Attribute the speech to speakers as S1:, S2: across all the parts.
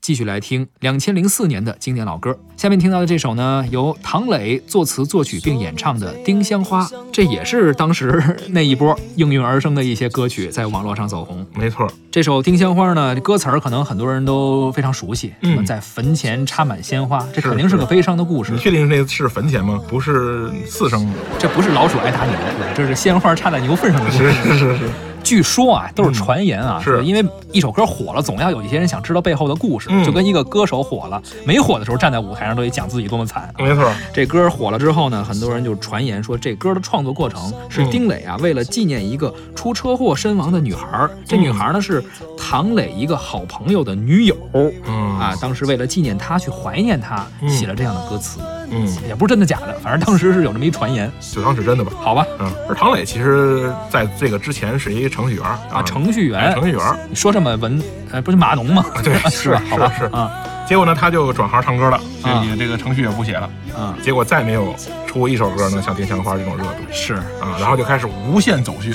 S1: 继续来听两千零四年的经典老歌。下面听到的这首呢，由唐磊作词作曲并演唱的《丁香花》，这也是当时 那一波应运而生的一些歌曲，在网络上走红。
S2: 没错，
S1: 这首《丁香花》呢，歌词儿可能很多人都非常熟悉，
S2: 嗯
S1: 什么在坟前插满鲜花，这
S2: 是
S1: 肯定是
S2: 是
S1: 个悲伤的故事
S2: 你。确定那是坟前吗？不是四声吗？
S1: 这不是老鼠爱打牛，对吧这是鲜花插在牛粪上的故
S2: 是
S1: 事。
S2: 是是是，
S1: 据说啊，都是传言啊，
S2: 嗯是
S1: 因为一首歌火了，总要有一些人想知道背后的故事，
S2: 嗯
S1: 就跟一个歌手火了，没火的时候站在舞台上都得讲自己多么惨。
S2: 没错，
S1: 这歌火了之后呢，很多人就传言说这歌的创作过程是
S2: 嗯
S1: 丁磊啊，为了纪念一个出车祸身亡的女孩儿，这
S2: 嗯
S1: 女孩儿呢是唐磊一个好朋友的女友
S2: 嗯
S1: 啊，当时为了纪念她去怀念她，
S2: 嗯
S1: 写了这样的歌词，
S2: 嗯，
S1: 也不是真的假的，反正当时是有这么一传言，
S2: 就当是真的吧。
S1: 好吧？
S2: 嗯，而唐磊其实在这个之前是一程序员
S1: 啊，
S2: 啊
S1: 程序员，
S2: 程序员，
S1: 你说这么文，呃，不是码农吗？
S2: 啊 对
S1: 是吧
S2: 是
S1: 好吧，
S2: 是
S1: 啊
S2: 结果呢他就转行唱歌了，这
S1: 啊
S2: 也这个程序也不写了，
S1: 啊，
S2: 结果再没有出一首歌能像《丁香花》这种热度
S1: 是啊，
S2: 啊，然后就开始无限走穴。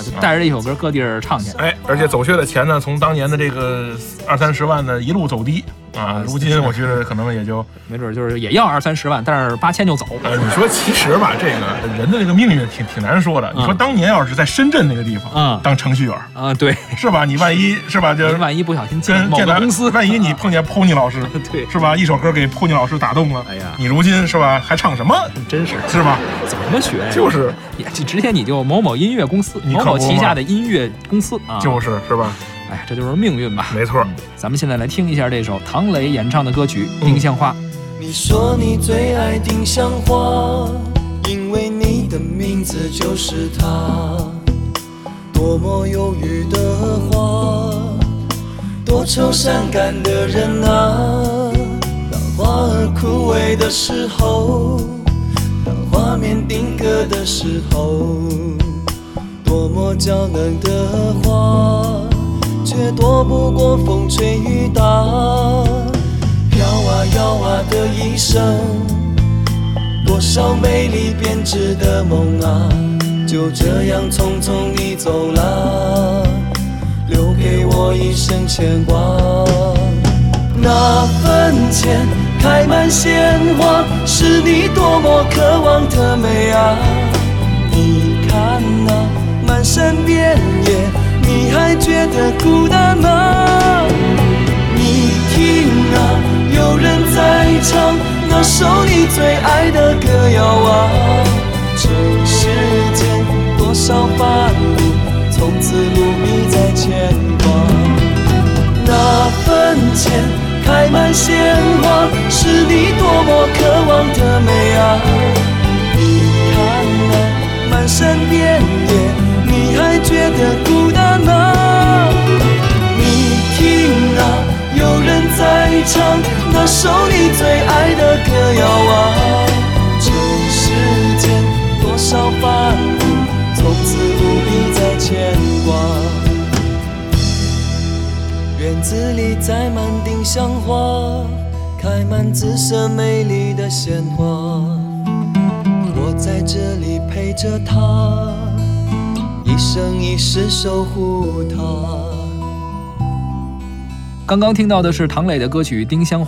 S1: 就带着这首歌各地儿唱去。
S2: 哎，而且走穴的钱呢，从当年的这个二三十万呢，一路走低啊，如今我觉得可能也就，
S1: 没准儿就是也要二三十万，但是八千就 走。
S2: 呃，你说其实吧，这个人的这个命运挺挺难说的。你说当年要是在深圳那个地方，
S1: 嗯
S2: 当程序员
S1: 啊，对，
S2: 是吧？你万一是吧，就
S1: 您万一不小心进
S2: 跟
S1: 某
S2: 建
S1: 个
S2: 南
S1: 公司，嗯
S2: 万一你碰见 Pony 老师，
S1: 对
S2: 是吧？一首歌给 Pony 老师打动了，
S1: 哎呀
S2: 你如今是吧，还唱什么？
S1: 真是
S2: 是吧？
S1: 怎么学呀？
S2: 就是
S1: 也就直接你就某某音乐公司，
S2: 你
S1: 某
S2: 可
S1: 某
S2: 不嘛
S1: 旗下的音乐公司啊，
S2: 就是是吧？
S1: 哎呀，这就是命运吧。
S2: 没错，
S1: 咱们现在来听一下这首唐磊演唱的歌曲《丁香花》。
S2: 嗯
S3: 你说你最爱丁香花，因为你的名字就是它。多么忧郁的花，多愁善感的人啊。当花儿枯萎的时候，当画面定格的时候，多么娇嫩的花，却躲不过风吹雨打。飘啊摇啊的一生，多少美丽编织的梦啊，就这样匆匆地走了，留给我一生牵挂。那坟前开满鲜花，是你多么渴望的美啊！你看那、满山遍野，你还觉得孤单吗？你听啊，有人在唱那首你最爱的歌谣啊。这世间多少烦恼，从此不必再牵挂。那坟前开满鲜花，是你多么渴望的美啊！你看啊，满山遍野，你还觉得孤单吗？你听啊，有人在唱那首你最爱的歌谣啊！这世间多少烦恼，从此不必再牵挂。院子里栽满丁香花，开满紫色美丽的鲜花。我在这里陪着她，一生一世守护她。
S1: 刚刚听到的是唐磊的歌曲《丁香花》。